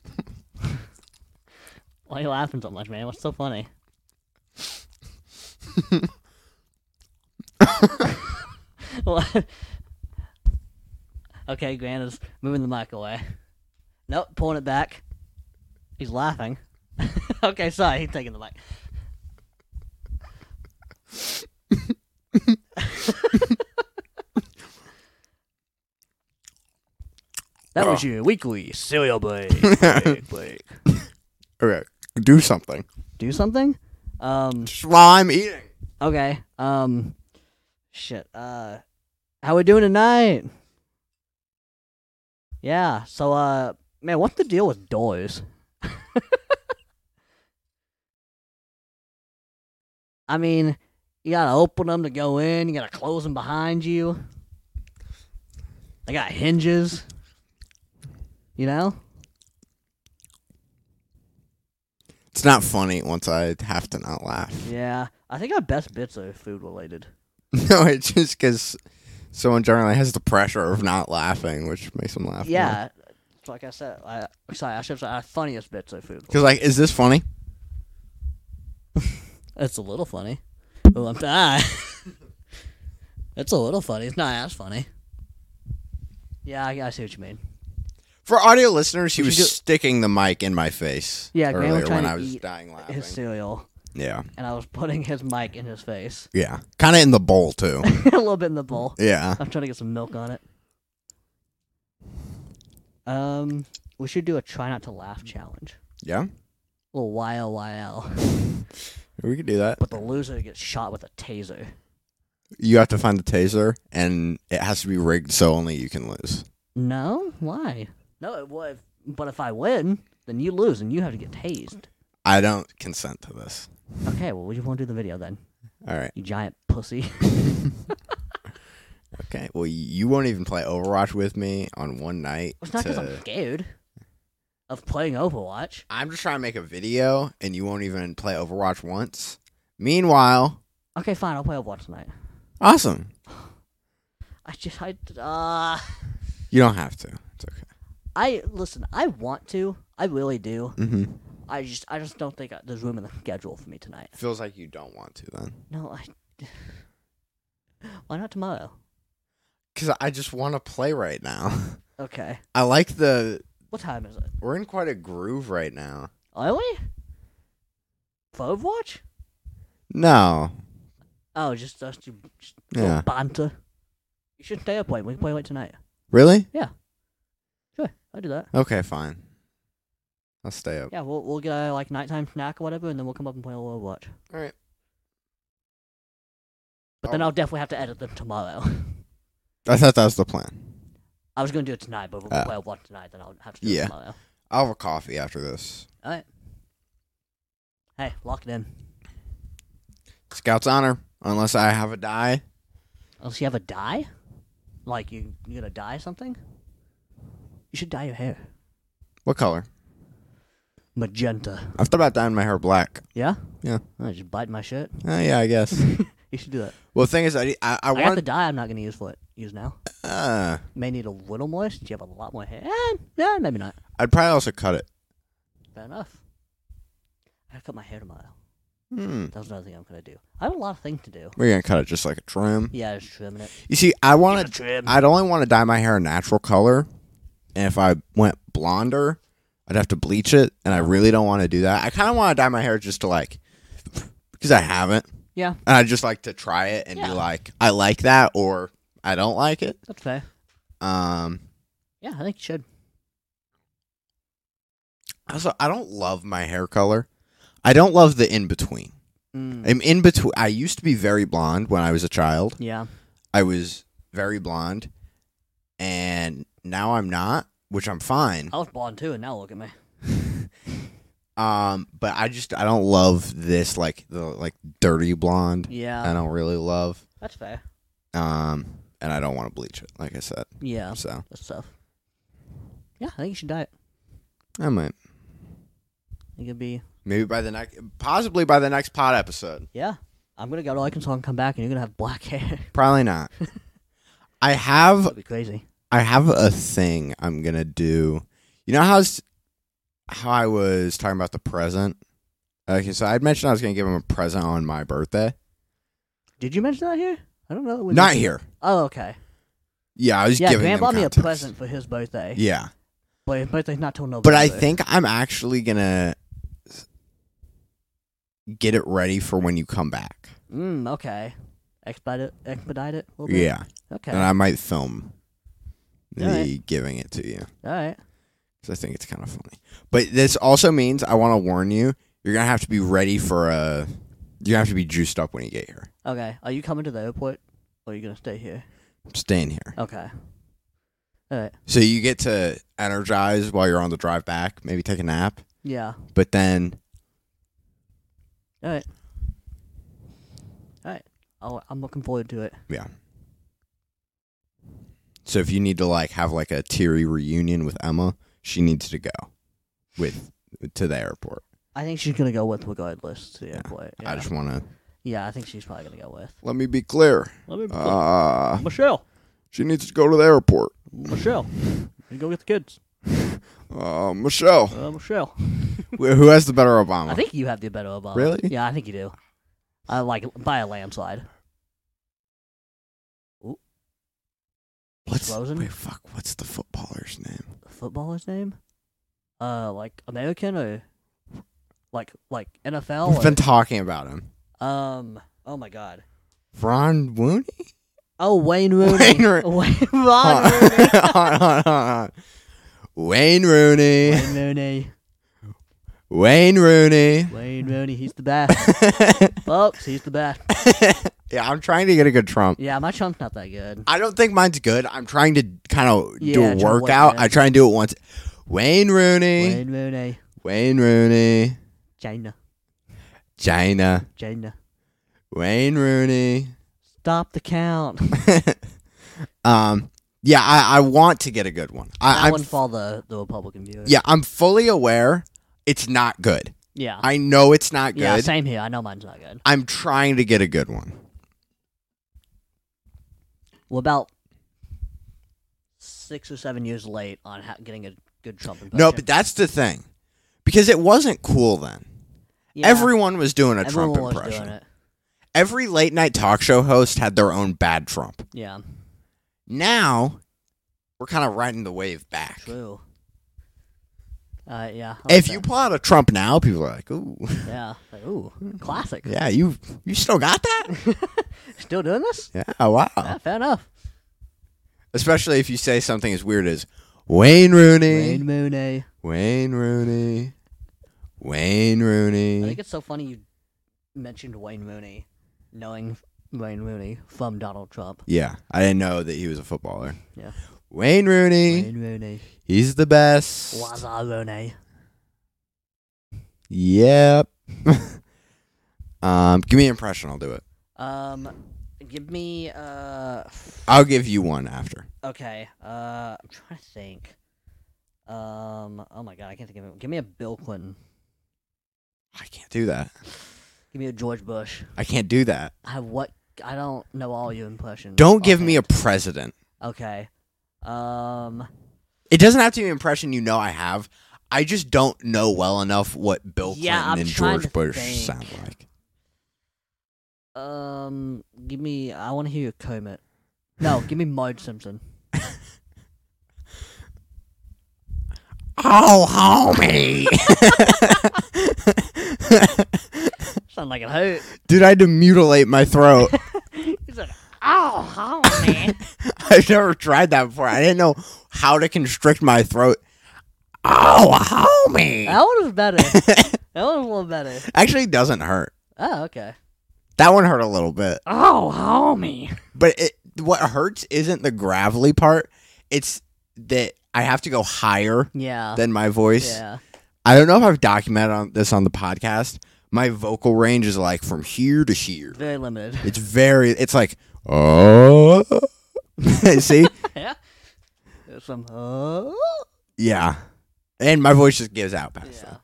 Speaker 2: Why are you laughing so much, man? What's so funny? What? okay, Grant is moving the mic away. Nope, pulling it back. He's laughing. okay, sorry, he's taking the mic. that was your weekly cereal break. break, break.
Speaker 1: Okay, do something.
Speaker 2: Do something? Um,
Speaker 1: Just while I'm eating.
Speaker 2: okay. Um, shit. Uh, how we doing tonight? Yeah. So, uh, man, what's the deal with doors? I mean, you gotta open them to go in. You gotta close them behind you. They got hinges. You know?
Speaker 1: It's not funny once I have to not laugh.
Speaker 2: Yeah. I think our best bits are food related.
Speaker 1: No, it's just because someone generally has the pressure of not laughing, which makes them laugh.
Speaker 2: Yeah, it's like I said, I, sorry, I should say our funniest bits of food.
Speaker 1: Because, like, is this funny?
Speaker 2: It's a little funny. Oh, I'm it's a little funny. It's not as funny. Yeah, I, I see what you mean.
Speaker 1: For audio listeners, he
Speaker 2: We
Speaker 1: was
Speaker 2: should do-
Speaker 1: sticking the mic in my face
Speaker 2: Yeah, Graham was
Speaker 1: earlier when
Speaker 2: trying to
Speaker 1: I was
Speaker 2: eat
Speaker 1: dying laughing.
Speaker 2: His cereal,
Speaker 1: yeah,
Speaker 2: and I was putting his mic in his face,
Speaker 1: yeah, kind of in the bowl too.
Speaker 2: a little bit in the bowl.
Speaker 1: yeah,
Speaker 2: I'm trying to get some milk on it. Um, we should do a try not to laugh challenge.
Speaker 1: yeah,
Speaker 2: A little YLYL.
Speaker 1: we could do that.
Speaker 2: But the loser gets shot with a taser.
Speaker 1: You have to find the taser, and it has to be rigged so only you can lose.
Speaker 2: No? Why? No, it would. But if I win, then you lose and you have to get tased.
Speaker 1: I don't consent to this.
Speaker 2: Okay, well, we just won't do the video then.
Speaker 1: All right.
Speaker 2: You giant pussy.
Speaker 1: Okay. Well, you won't even play Overwatch with me on one night.
Speaker 2: It's not because I'm
Speaker 1: to-
Speaker 2: scared of playing Overwatch.
Speaker 1: I'm just trying to make a video, and you won't even play Overwatch once. Meanwhile,
Speaker 2: Okay, fine, I'll play Overwatch tonight.
Speaker 1: awesome.
Speaker 2: I just, I, uh,
Speaker 1: You don't have to. It's okay.
Speaker 2: I, listen, I want to. I really do.
Speaker 1: Mm-hmm.
Speaker 2: I just, I just don't think I, there's room in the schedule for me tonight.
Speaker 1: Feels like you don't want to then,
Speaker 2: No, I. Why not tomorrow?
Speaker 1: because I just want to play right now.
Speaker 2: Okay.
Speaker 1: I like the.
Speaker 2: What time is it?
Speaker 1: We're in quite a groove right now.
Speaker 2: Are we? For Overwatch?
Speaker 1: No.
Speaker 2: Oh, just us two. Just
Speaker 1: Yeah.
Speaker 2: yeah. Banter. You should stay up late. We can play late tonight.
Speaker 1: Really?
Speaker 2: Sure, I'll do that.
Speaker 1: Okay. Fine. I'll stay up.
Speaker 2: Yeah, we'll we'll get a like nighttime snack or whatever, and then we'll come up and play a little watch.
Speaker 1: All right.
Speaker 2: But then
Speaker 1: Oh.
Speaker 2: I'll definitely have to edit them tomorrow.
Speaker 1: I thought that was the plan.
Speaker 2: I was going to do it tonight, but if we
Speaker 1: Ah.
Speaker 2: play a watch tonight, then I'll have to do
Speaker 1: Yeah.
Speaker 2: it tomorrow.
Speaker 1: I'll have a coffee after this.
Speaker 2: All right. Hey, lock it in.
Speaker 1: Scout's honor, unless I have a die.
Speaker 2: Unless you have a dye, like you you gonna dye something. You should dye your hair
Speaker 1: What color?
Speaker 2: magenta.
Speaker 1: I've thought about dyeing my hair black.
Speaker 2: Yeah.
Speaker 1: Yeah.
Speaker 2: I just bite my shirt.
Speaker 1: Oh, yeah, I guess.
Speaker 2: You should do that.
Speaker 1: well, the thing is, I, I, I
Speaker 2: I got
Speaker 1: want.
Speaker 2: the dye. I'm not gonna use for it. Use now.
Speaker 1: uh,
Speaker 2: May need a little more since you have a lot more hair. Eh, yeah, maybe not.
Speaker 1: I'd probably also cut it.
Speaker 2: Fair enough. I gotta cut my hair tomorrow.
Speaker 1: Hmm.
Speaker 2: That was another thing I'm gonna do. I have a lot of things to do.
Speaker 1: We're gonna cut it just like a trim.
Speaker 2: Yeah, just trimming it.
Speaker 1: You see, I
Speaker 2: Give it
Speaker 1: want
Speaker 2: a
Speaker 1: to.
Speaker 2: trim.
Speaker 1: I'd only want to dye my hair a natural color, and if I went blonder, I'd have to bleach it, and I really don't want to do that. I kind of want to dye my hair just to like, because I haven't,
Speaker 2: yeah,
Speaker 1: and I just like to try it and
Speaker 2: Yeah.
Speaker 1: be like, I like that or I don't like it.
Speaker 2: that's fair.
Speaker 1: Um,
Speaker 2: Yeah, I think you should.
Speaker 1: also, I don't love my hair color. I don't love the in between.
Speaker 2: Mm,
Speaker 1: I'm in between. I used to be very blonde when I was a child.
Speaker 2: yeah.
Speaker 1: I was very blonde, and now I'm not, which I'm fine.
Speaker 2: I was blonde too, and now look at me.
Speaker 1: Um, but I just I don't love this like the like dirty blonde. I
Speaker 2: Yeah,
Speaker 1: don't really love.
Speaker 2: that's fair.
Speaker 1: Um, and I don't want to bleach it, like I said.
Speaker 2: Yeah,
Speaker 1: So
Speaker 2: that's tough. Yeah, I think you should dye it.
Speaker 1: I might
Speaker 2: It could be.
Speaker 1: maybe by the next, possibly by the next pod episode.
Speaker 2: Yeah, I'm gonna go to Arkansas and come back, and you're gonna have black hair.
Speaker 1: Probably not. I have
Speaker 2: That'd be crazy.
Speaker 1: I have a thing I'm gonna do. You know how s- how I was talking about the present. Okay, so I'd mentioned I was gonna give him a present on my birthday.
Speaker 2: Did you mention that here? I don't know. that we
Speaker 1: Not
Speaker 2: mentioned-
Speaker 1: here.
Speaker 2: Oh, okay.
Speaker 1: Yeah, I was
Speaker 2: Yeah,
Speaker 1: giving
Speaker 2: Graham
Speaker 1: them
Speaker 2: bought me a
Speaker 1: context.
Speaker 2: present for his birthday,
Speaker 1: Yeah,
Speaker 2: but his birthday's not till November.
Speaker 1: but I think I'm actually gonna s- get it ready for when you come back.
Speaker 2: Mm, okay. Expedite it. Expedite it. A little bit?
Speaker 1: Yeah,
Speaker 2: Okay.
Speaker 1: and I might film the
Speaker 2: Alright.
Speaker 1: giving it to you.
Speaker 2: All right.
Speaker 1: because I think it's kind of funny. But this also means I want to warn you: you're gonna have to be ready for a. You're gonna have to be juiced up when you get here.
Speaker 2: Okay. Are you coming to the airport, or are you gonna stay here?
Speaker 1: I'm staying here,
Speaker 2: Okay. All right.
Speaker 1: so you get to energize while you're on the drive back. Maybe take a nap,
Speaker 2: Yeah.
Speaker 1: but then
Speaker 2: All right. All right. I'll, I'm looking forward to it.
Speaker 1: yeah. So if you need to like have like a teary reunion with Emma, she needs to go with to the airport.
Speaker 2: I think she's gonna go with regardless to the airport. Yeah.
Speaker 1: I just want to
Speaker 2: yeah, I think she's probably gonna go with.
Speaker 1: let me be clear.
Speaker 2: Let me
Speaker 1: Uh,
Speaker 2: Michelle.
Speaker 1: she needs to go to the airport.
Speaker 2: Michelle. You go get the kids.
Speaker 1: Uh, Michelle,
Speaker 2: Uh, Michelle.
Speaker 1: who has the better Obama?
Speaker 2: I think you have the better Obama.
Speaker 1: Really?
Speaker 2: Yeah, I think you do. uh, like by a landslide.
Speaker 1: What's
Speaker 2: Rosen?
Speaker 1: wait, fuck? What's the footballer's name?
Speaker 2: Footballer's name? Uh, like American or like like
Speaker 1: We've
Speaker 2: NFL?
Speaker 1: been talking about him.
Speaker 2: Or, um. Oh my God.
Speaker 1: Ron Wooney.
Speaker 2: Oh, Wayne Rooney.
Speaker 1: Wayne Rooney.
Speaker 2: Wayne Ron
Speaker 1: Hold on.
Speaker 2: Rooney.
Speaker 1: Hold on, hold on, hold on. Wayne Rooney.
Speaker 2: Wayne Rooney.
Speaker 1: Wayne Rooney.
Speaker 2: Wayne Rooney. He's the best, folks. He's the best.
Speaker 1: yeah, I'm trying to get a good Trump.
Speaker 2: Yeah, my chunk's not that good.
Speaker 1: I don't think mine's good. I'm trying to kind of
Speaker 2: Yeah,
Speaker 1: do
Speaker 2: try
Speaker 1: a
Speaker 2: to work
Speaker 1: workout.
Speaker 2: it.
Speaker 1: I try and do it once. Wayne Rooney.
Speaker 2: Wayne Rooney.
Speaker 1: Wayne Rooney.
Speaker 2: China.
Speaker 1: China.
Speaker 2: China.
Speaker 1: Wayne Rooney.
Speaker 2: Stop the count.
Speaker 1: um, yeah, I, I want to get a good one. I,
Speaker 2: I
Speaker 1: I'm
Speaker 2: wouldn't follow the, the Republican view.
Speaker 1: yeah, I'm fully aware it's not good.
Speaker 2: Yeah.
Speaker 1: I know it's not good.
Speaker 2: yeah, same here. I know mine's not good.
Speaker 1: I'm trying to get a good one.
Speaker 2: We're about six or seven years late on ha- getting a good Trump impression.
Speaker 1: No, but that's the thing. Because it wasn't cool then.
Speaker 2: Yeah,
Speaker 1: Everyone was doing a
Speaker 2: everyone
Speaker 1: Trump
Speaker 2: was doing
Speaker 1: impression.
Speaker 2: it.
Speaker 1: Every late night talk show host had their own bad Trump.
Speaker 2: Yeah,
Speaker 1: Now, we're kind of riding the wave back.
Speaker 2: true. Uh, yeah. I
Speaker 1: If
Speaker 2: like
Speaker 1: you
Speaker 2: that.
Speaker 1: pull out a Trump now, people are like, ooh,
Speaker 2: yeah, like, ooh, classic.
Speaker 1: yeah, you you still got that?
Speaker 2: Still doing this?
Speaker 1: Yeah, wow.
Speaker 2: Yeah, fair enough.
Speaker 1: Especially if you say something as weird as Wayne Rooney,
Speaker 2: Wayne
Speaker 1: Wayne,
Speaker 2: Mooney.
Speaker 1: Rooney, Wayne
Speaker 2: I
Speaker 1: Rooney.
Speaker 2: think it's so funny you mentioned Wayne Mooney, knowing Wayne Mooney from Donald Trump.
Speaker 1: yeah, I didn't know that he was a footballer.
Speaker 2: Yeah.
Speaker 1: Wayne Rooney,
Speaker 2: Wayne Mooney.
Speaker 1: he's the best.
Speaker 2: Lazar Rooney.
Speaker 1: Yep. um, give me an impression. I'll do it.
Speaker 2: Um, give me uh.
Speaker 1: I'll give you one after.
Speaker 2: Okay. Uh, I'm trying to think. Um. Oh my god, I can't think of it. Give me a Bill Clinton.
Speaker 1: I can't do that.
Speaker 2: Give me a George Bush.
Speaker 1: I can't do that.
Speaker 2: I have what? I don't know all your impressions.
Speaker 1: Don't give me a president.
Speaker 2: a. Okay. Um.
Speaker 1: It doesn't have to be an impression you know I have. I just don't know well enough what Bill Clinton
Speaker 2: Yeah, I'm
Speaker 1: and
Speaker 2: trying
Speaker 1: George
Speaker 2: to
Speaker 1: Bush
Speaker 2: think.
Speaker 1: sound like.
Speaker 2: Um. Give me. I want to hear your comment. No, give me Marge Simpson.
Speaker 1: Oh, homie.
Speaker 2: Sound like it hurt.
Speaker 1: Dude, I had to mutilate my throat.
Speaker 2: He's like, oh, homie.
Speaker 1: I've never tried that before. I didn't know how to constrict my throat. Oh, homie.
Speaker 2: that one was better. That one was a little better.
Speaker 1: Actually, it doesn't hurt.
Speaker 2: Oh, okay.
Speaker 1: That one hurt a little bit.
Speaker 2: Oh, homie.
Speaker 1: But it, what hurts isn't the gravelly part. It's that I have to go higher
Speaker 2: Yeah.
Speaker 1: than my voice.
Speaker 2: Uh, yeah.
Speaker 1: I don't know if I've documented on this on the podcast. My vocal range is like from here to here.
Speaker 2: Very limited.
Speaker 1: It's very. It's like oh. See,
Speaker 2: yeah. There's some. Uh,
Speaker 1: yeah, and my voice just gives out past
Speaker 2: Yeah.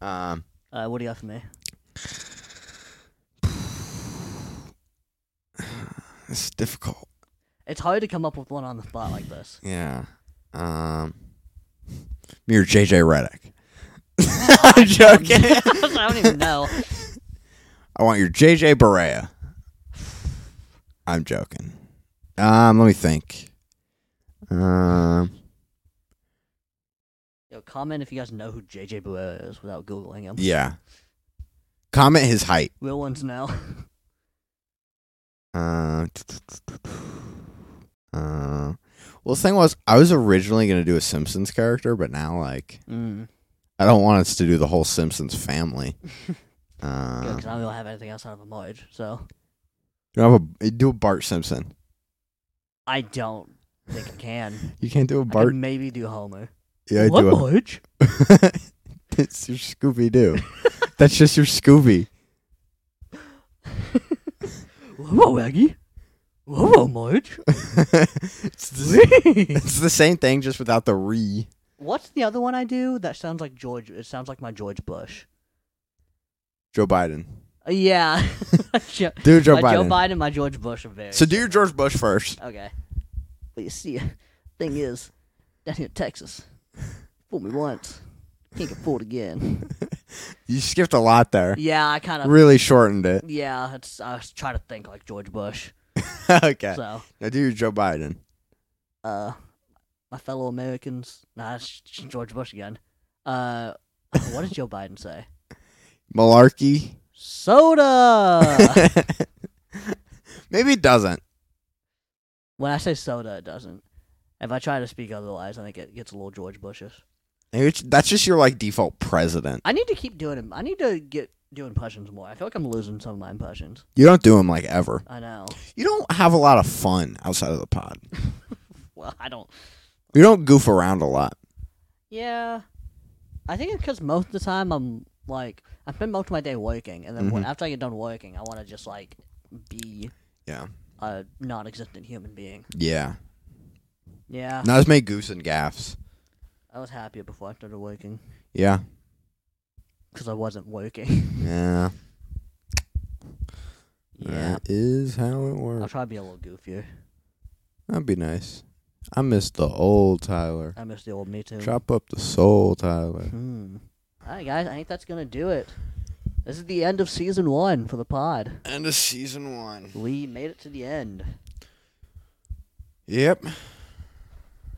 Speaker 1: that. Um,
Speaker 2: Uh, what do you got for me?
Speaker 1: it's difficult.
Speaker 2: It's hard to come up with one on the spot like this.
Speaker 1: Yeah. Um, you're JJ Redick. I'm joking.
Speaker 2: I don't even know.
Speaker 1: I want your JJ Barea. I'm joking. Um, let me think. Um,
Speaker 2: Yo, comment if you guys know who JJ Barrera is without googling him.
Speaker 1: yeah. Comment his height.
Speaker 2: Real ones know.
Speaker 1: Uh, uh, well, the thing was, I was originally gonna do a Simpsons character, but now like
Speaker 2: Mm.
Speaker 1: I don't want us to do the whole Simpsons family.
Speaker 2: Good,
Speaker 1: Uh,
Speaker 2: 'cause I don't really have anything outside of a Marge, so
Speaker 1: you have a do a Bart Simpson.
Speaker 2: I don't think I can.
Speaker 1: You can't do a
Speaker 2: I could
Speaker 1: Bart.
Speaker 2: maybe do Homer.
Speaker 1: Yeah, I
Speaker 2: what
Speaker 1: do. A,
Speaker 2: Marge?
Speaker 1: That's your Scooby Doo. That's just your Scooby.
Speaker 2: What about Maggie? What about Marge?
Speaker 1: it's, the, it's the same thing, just without the re.
Speaker 2: What's the other one I do that sounds like George? It sounds like my George Bush.
Speaker 1: Joe Biden.
Speaker 2: Uh, yeah. Joe,
Speaker 1: Do Joe
Speaker 2: my
Speaker 1: Biden.
Speaker 2: Joe Biden, my George Bush are very.
Speaker 1: So do your George Bush first.
Speaker 2: Okay. But you see, thing is, down here in Texas, fool me once, can't get fooled again.
Speaker 1: You skipped a lot there.
Speaker 2: Yeah, I kind of.
Speaker 1: Really shortened it.
Speaker 2: Yeah, it's, I was trying to think like George Bush.
Speaker 1: okay.
Speaker 2: So,
Speaker 1: Now do your Joe Biden.
Speaker 2: uh, my fellow Americans, nah, it's George Bush again. Uh, what did Joe Biden say?
Speaker 1: Malarkey.
Speaker 2: Soda.
Speaker 1: Maybe it doesn't.
Speaker 2: when I say soda, it doesn't. If I try to speak otherwise, I think it gets a little George Bushish.
Speaker 1: Maybe it's- that's just your like default president.
Speaker 2: I need to keep doing them. I need to get do impressions more. I feel like I'm losing some of my impressions.
Speaker 1: You don't do him like ever.
Speaker 2: I know.
Speaker 1: You don't have a lot of fun outside of the pod.
Speaker 2: Well, I don't.
Speaker 1: You don't goof around a lot.
Speaker 2: Yeah, I think it's because most of the time I'm like I spend most of my day working, and then when, after I get done working, I want to just like be
Speaker 1: Yeah.
Speaker 2: a non-existent human being.
Speaker 1: Yeah.
Speaker 2: Yeah,
Speaker 1: Not as many goofs and gaffs.
Speaker 2: I was happier before I started working
Speaker 1: Yeah.
Speaker 2: because I wasn't working.
Speaker 1: Yeah.
Speaker 2: yeah,
Speaker 1: That is how it
Speaker 2: I'll
Speaker 1: works.
Speaker 2: try to be a little goofier.
Speaker 1: That'd be nice. I miss the old Tyler.
Speaker 2: I miss the old me too.
Speaker 1: Chop up the soul, Tyler.
Speaker 2: Hmm. All right, guys. I think that's gonna do it. This is the end of season one for the pod.
Speaker 1: End of season one.
Speaker 2: We made it to the end.
Speaker 1: Yep.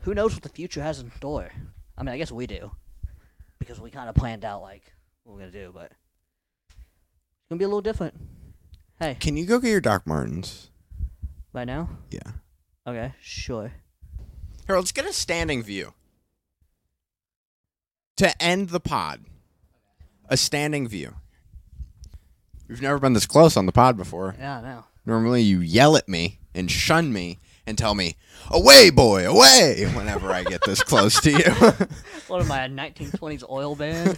Speaker 2: Who knows what the future has in store? I mean, I guess we do, because we kind of planned out like what we're gonna do, but it's gonna be a little different. Hey,
Speaker 1: Can you go get your Doc Martens?
Speaker 2: right now?
Speaker 1: Yeah.
Speaker 2: Okay, sure.
Speaker 1: Here, let's get a standing view. To end the pod, a standing view. We've never been this close on the pod before.
Speaker 2: Yeah, I know.
Speaker 1: Normally, you yell at me and shun me and tell me, away, boy, away, whenever I get this close to you.
Speaker 2: What am I, a 1920s oil band?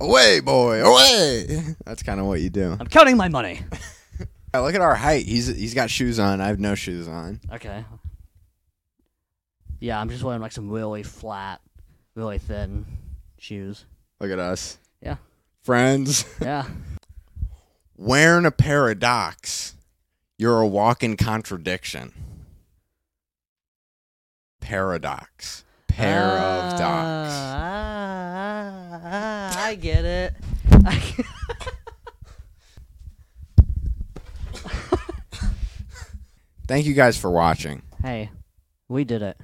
Speaker 1: away, boy, away. That's kind of what you do.
Speaker 2: I'm counting my money.
Speaker 1: Yeah, look at our height. He's he's got shoes on. I have no shoes on.
Speaker 2: Okay. Yeah, I'm just wearing like some really flat, really thin shoes.
Speaker 1: Look at us.
Speaker 2: Yeah.
Speaker 1: Friends.
Speaker 2: Yeah.
Speaker 1: Wearing a paradox. You're a walking contradiction. Paradox. Pair of docs.
Speaker 2: Ah, ah, ah, I get it. I get-
Speaker 1: Thank you guys for watching.
Speaker 2: hey, we did it.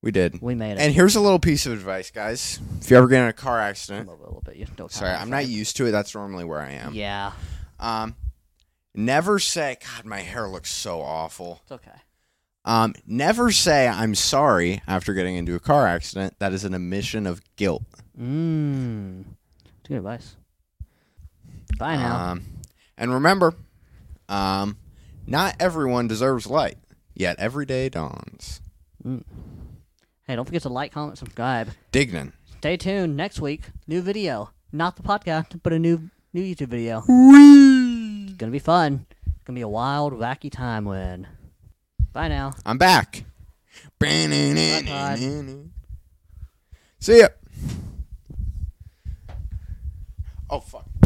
Speaker 1: We did.
Speaker 2: We made it.
Speaker 1: And here's a little piece of advice, guys. If you ever get in a car
Speaker 2: a
Speaker 1: accident,
Speaker 2: little, little bit. You don't
Speaker 1: sorry, I'm not used to it. That's normally where I am.
Speaker 2: Yeah,
Speaker 1: Um, never say, God, my hair looks so awful.
Speaker 2: it's okay.
Speaker 1: Um, never say I'm sorry after getting into a car accident. That is an admission of guilt.
Speaker 2: Mmm. It's good advice. Bye now.
Speaker 1: Um, and remember, um, not everyone deserves light, yet every day dawns.
Speaker 2: hey, don't forget to like, comment, subscribe.
Speaker 1: Dignan.
Speaker 2: Stay tuned next week. New video. Not the podcast, but a new new YouTube video. It's gonna be fun. It's gonna be a wild, wacky time when. Bye now.
Speaker 1: I'm back.
Speaker 2: Todd.
Speaker 1: See ya. Oh, fuck.